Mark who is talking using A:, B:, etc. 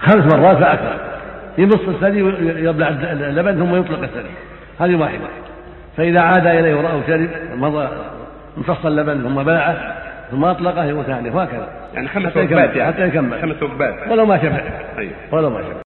A: خمس مرات فأكثر يمص الثدي ويبلع اللبن ثم يطلق الثدي هذه واحدة فإذا عاد إليه ورأه شرب مضى امتص اللبن ثم بلعه ثم أطلقه وثانية وهكذا
B: يعني خمس
A: حتى يكمل-
B: وجبات يعني
A: حتى يكمل
B: خمس وجبات
A: ولو ما شبع
B: أيوه
A: ولو ما شبع